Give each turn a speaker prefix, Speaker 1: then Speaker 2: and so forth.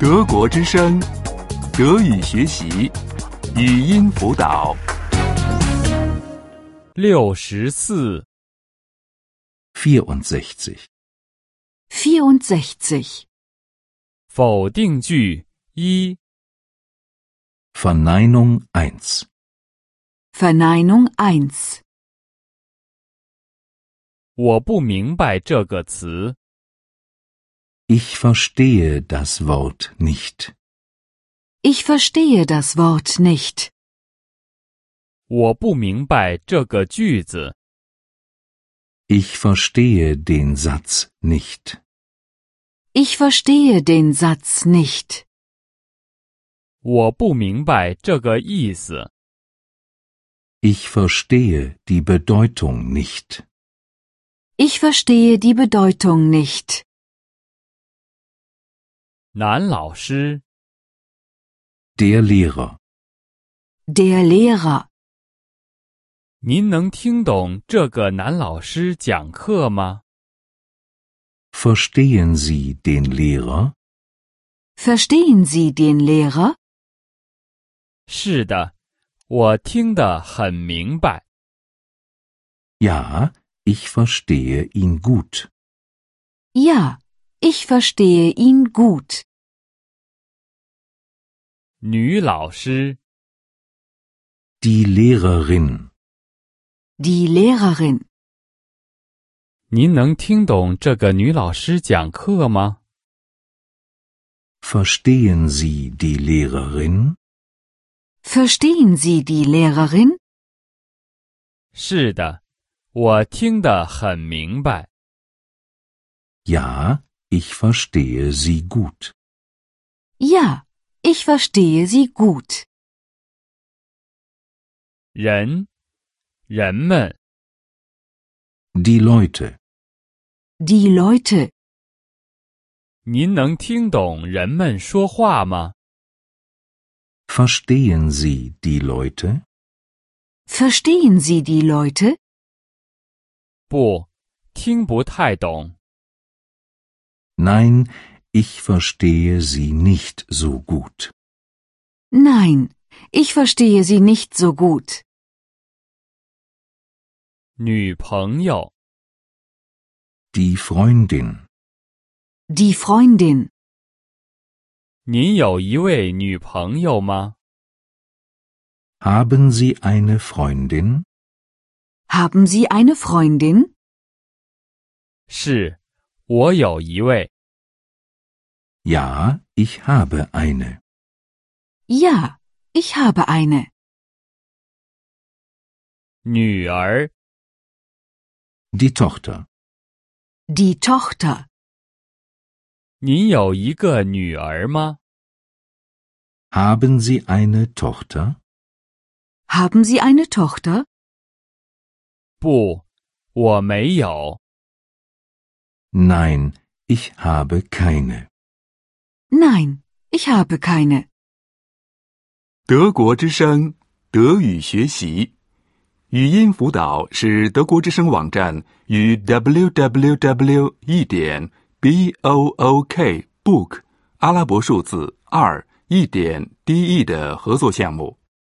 Speaker 1: 德国之声，德语学习，语音辅导。
Speaker 2: 六十四，
Speaker 3: 64.
Speaker 4: 64.
Speaker 2: 否定句一，
Speaker 3: Verneinung 1.
Speaker 4: Verneinung 1.
Speaker 2: 我不明白这个词。
Speaker 3: Ich verstehe das Wort nicht.
Speaker 4: Ich verstehe das Wort nicht.
Speaker 2: 我不明白这个句子。
Speaker 3: Ich verstehe den Satz nicht.
Speaker 4: Ich verstehe den Satz nicht.
Speaker 2: 我不明白这个意思。
Speaker 3: Ich verstehe die Bedeutung nicht.
Speaker 4: Ich verstehe die Bedeutung nicht.
Speaker 2: 男老师，
Speaker 3: Der Lehrer.
Speaker 4: Der Lehrer.
Speaker 2: 您能听懂这个男老师讲课吗？
Speaker 3: Verstehen Sie den Lehrer?
Speaker 4: Verstehen Sie den Lehrer?
Speaker 2: 是的，我听得很明白。
Speaker 3: Ja, ich verstehe ihn gut.
Speaker 4: Ja, ich verstehe ihn gut.
Speaker 2: 女老师，
Speaker 3: Die Lehrerin.
Speaker 4: Die Lehrerin.
Speaker 2: 您能听懂这个女老师讲课吗？
Speaker 3: Verstehen Sie die Lehrerin?
Speaker 4: Verstehen Sie die Lehrerin?
Speaker 2: 是的，我听得很明白。
Speaker 3: Ja, ich verstehe sie gut.
Speaker 4: Ja, ich verstehe sie gut.
Speaker 2: 人，人们。
Speaker 3: Die Leute.
Speaker 4: Die Leute.
Speaker 2: 您能听懂人们说话吗？
Speaker 3: Verstehen Sie die Leute?
Speaker 4: Verstehen Sie die Leute?
Speaker 2: 不，听不太懂。
Speaker 3: Nein, ich verstehe sie nicht so gut.
Speaker 4: Nein, ich verstehe sie nicht so gut.
Speaker 2: 女朋友，
Speaker 3: Die Freundin.
Speaker 4: Die Freundin.
Speaker 2: 您有一位女朋友吗？
Speaker 3: Haben Sie eine Freundin?
Speaker 4: Haben Sie eine Freundin?
Speaker 2: 是，我有一位。
Speaker 3: Ja, ich habe eine.
Speaker 4: Ja, ich habe eine.
Speaker 2: 女儿，
Speaker 3: Die Tochter.
Speaker 4: Die Tochter.
Speaker 2: 您有一个女儿吗？
Speaker 3: Haben Sie eine Tochter?
Speaker 4: Haben Sie eine Tochter?
Speaker 2: 不，我没有。
Speaker 3: Nein, ich habe keine.
Speaker 4: Nein, ich habe keine.
Speaker 1: 德国之声，德语学习，语音辅导是德国之声网站与 www. 一点 b o o k book 阿拉伯数字二一点 d e 的合作项目。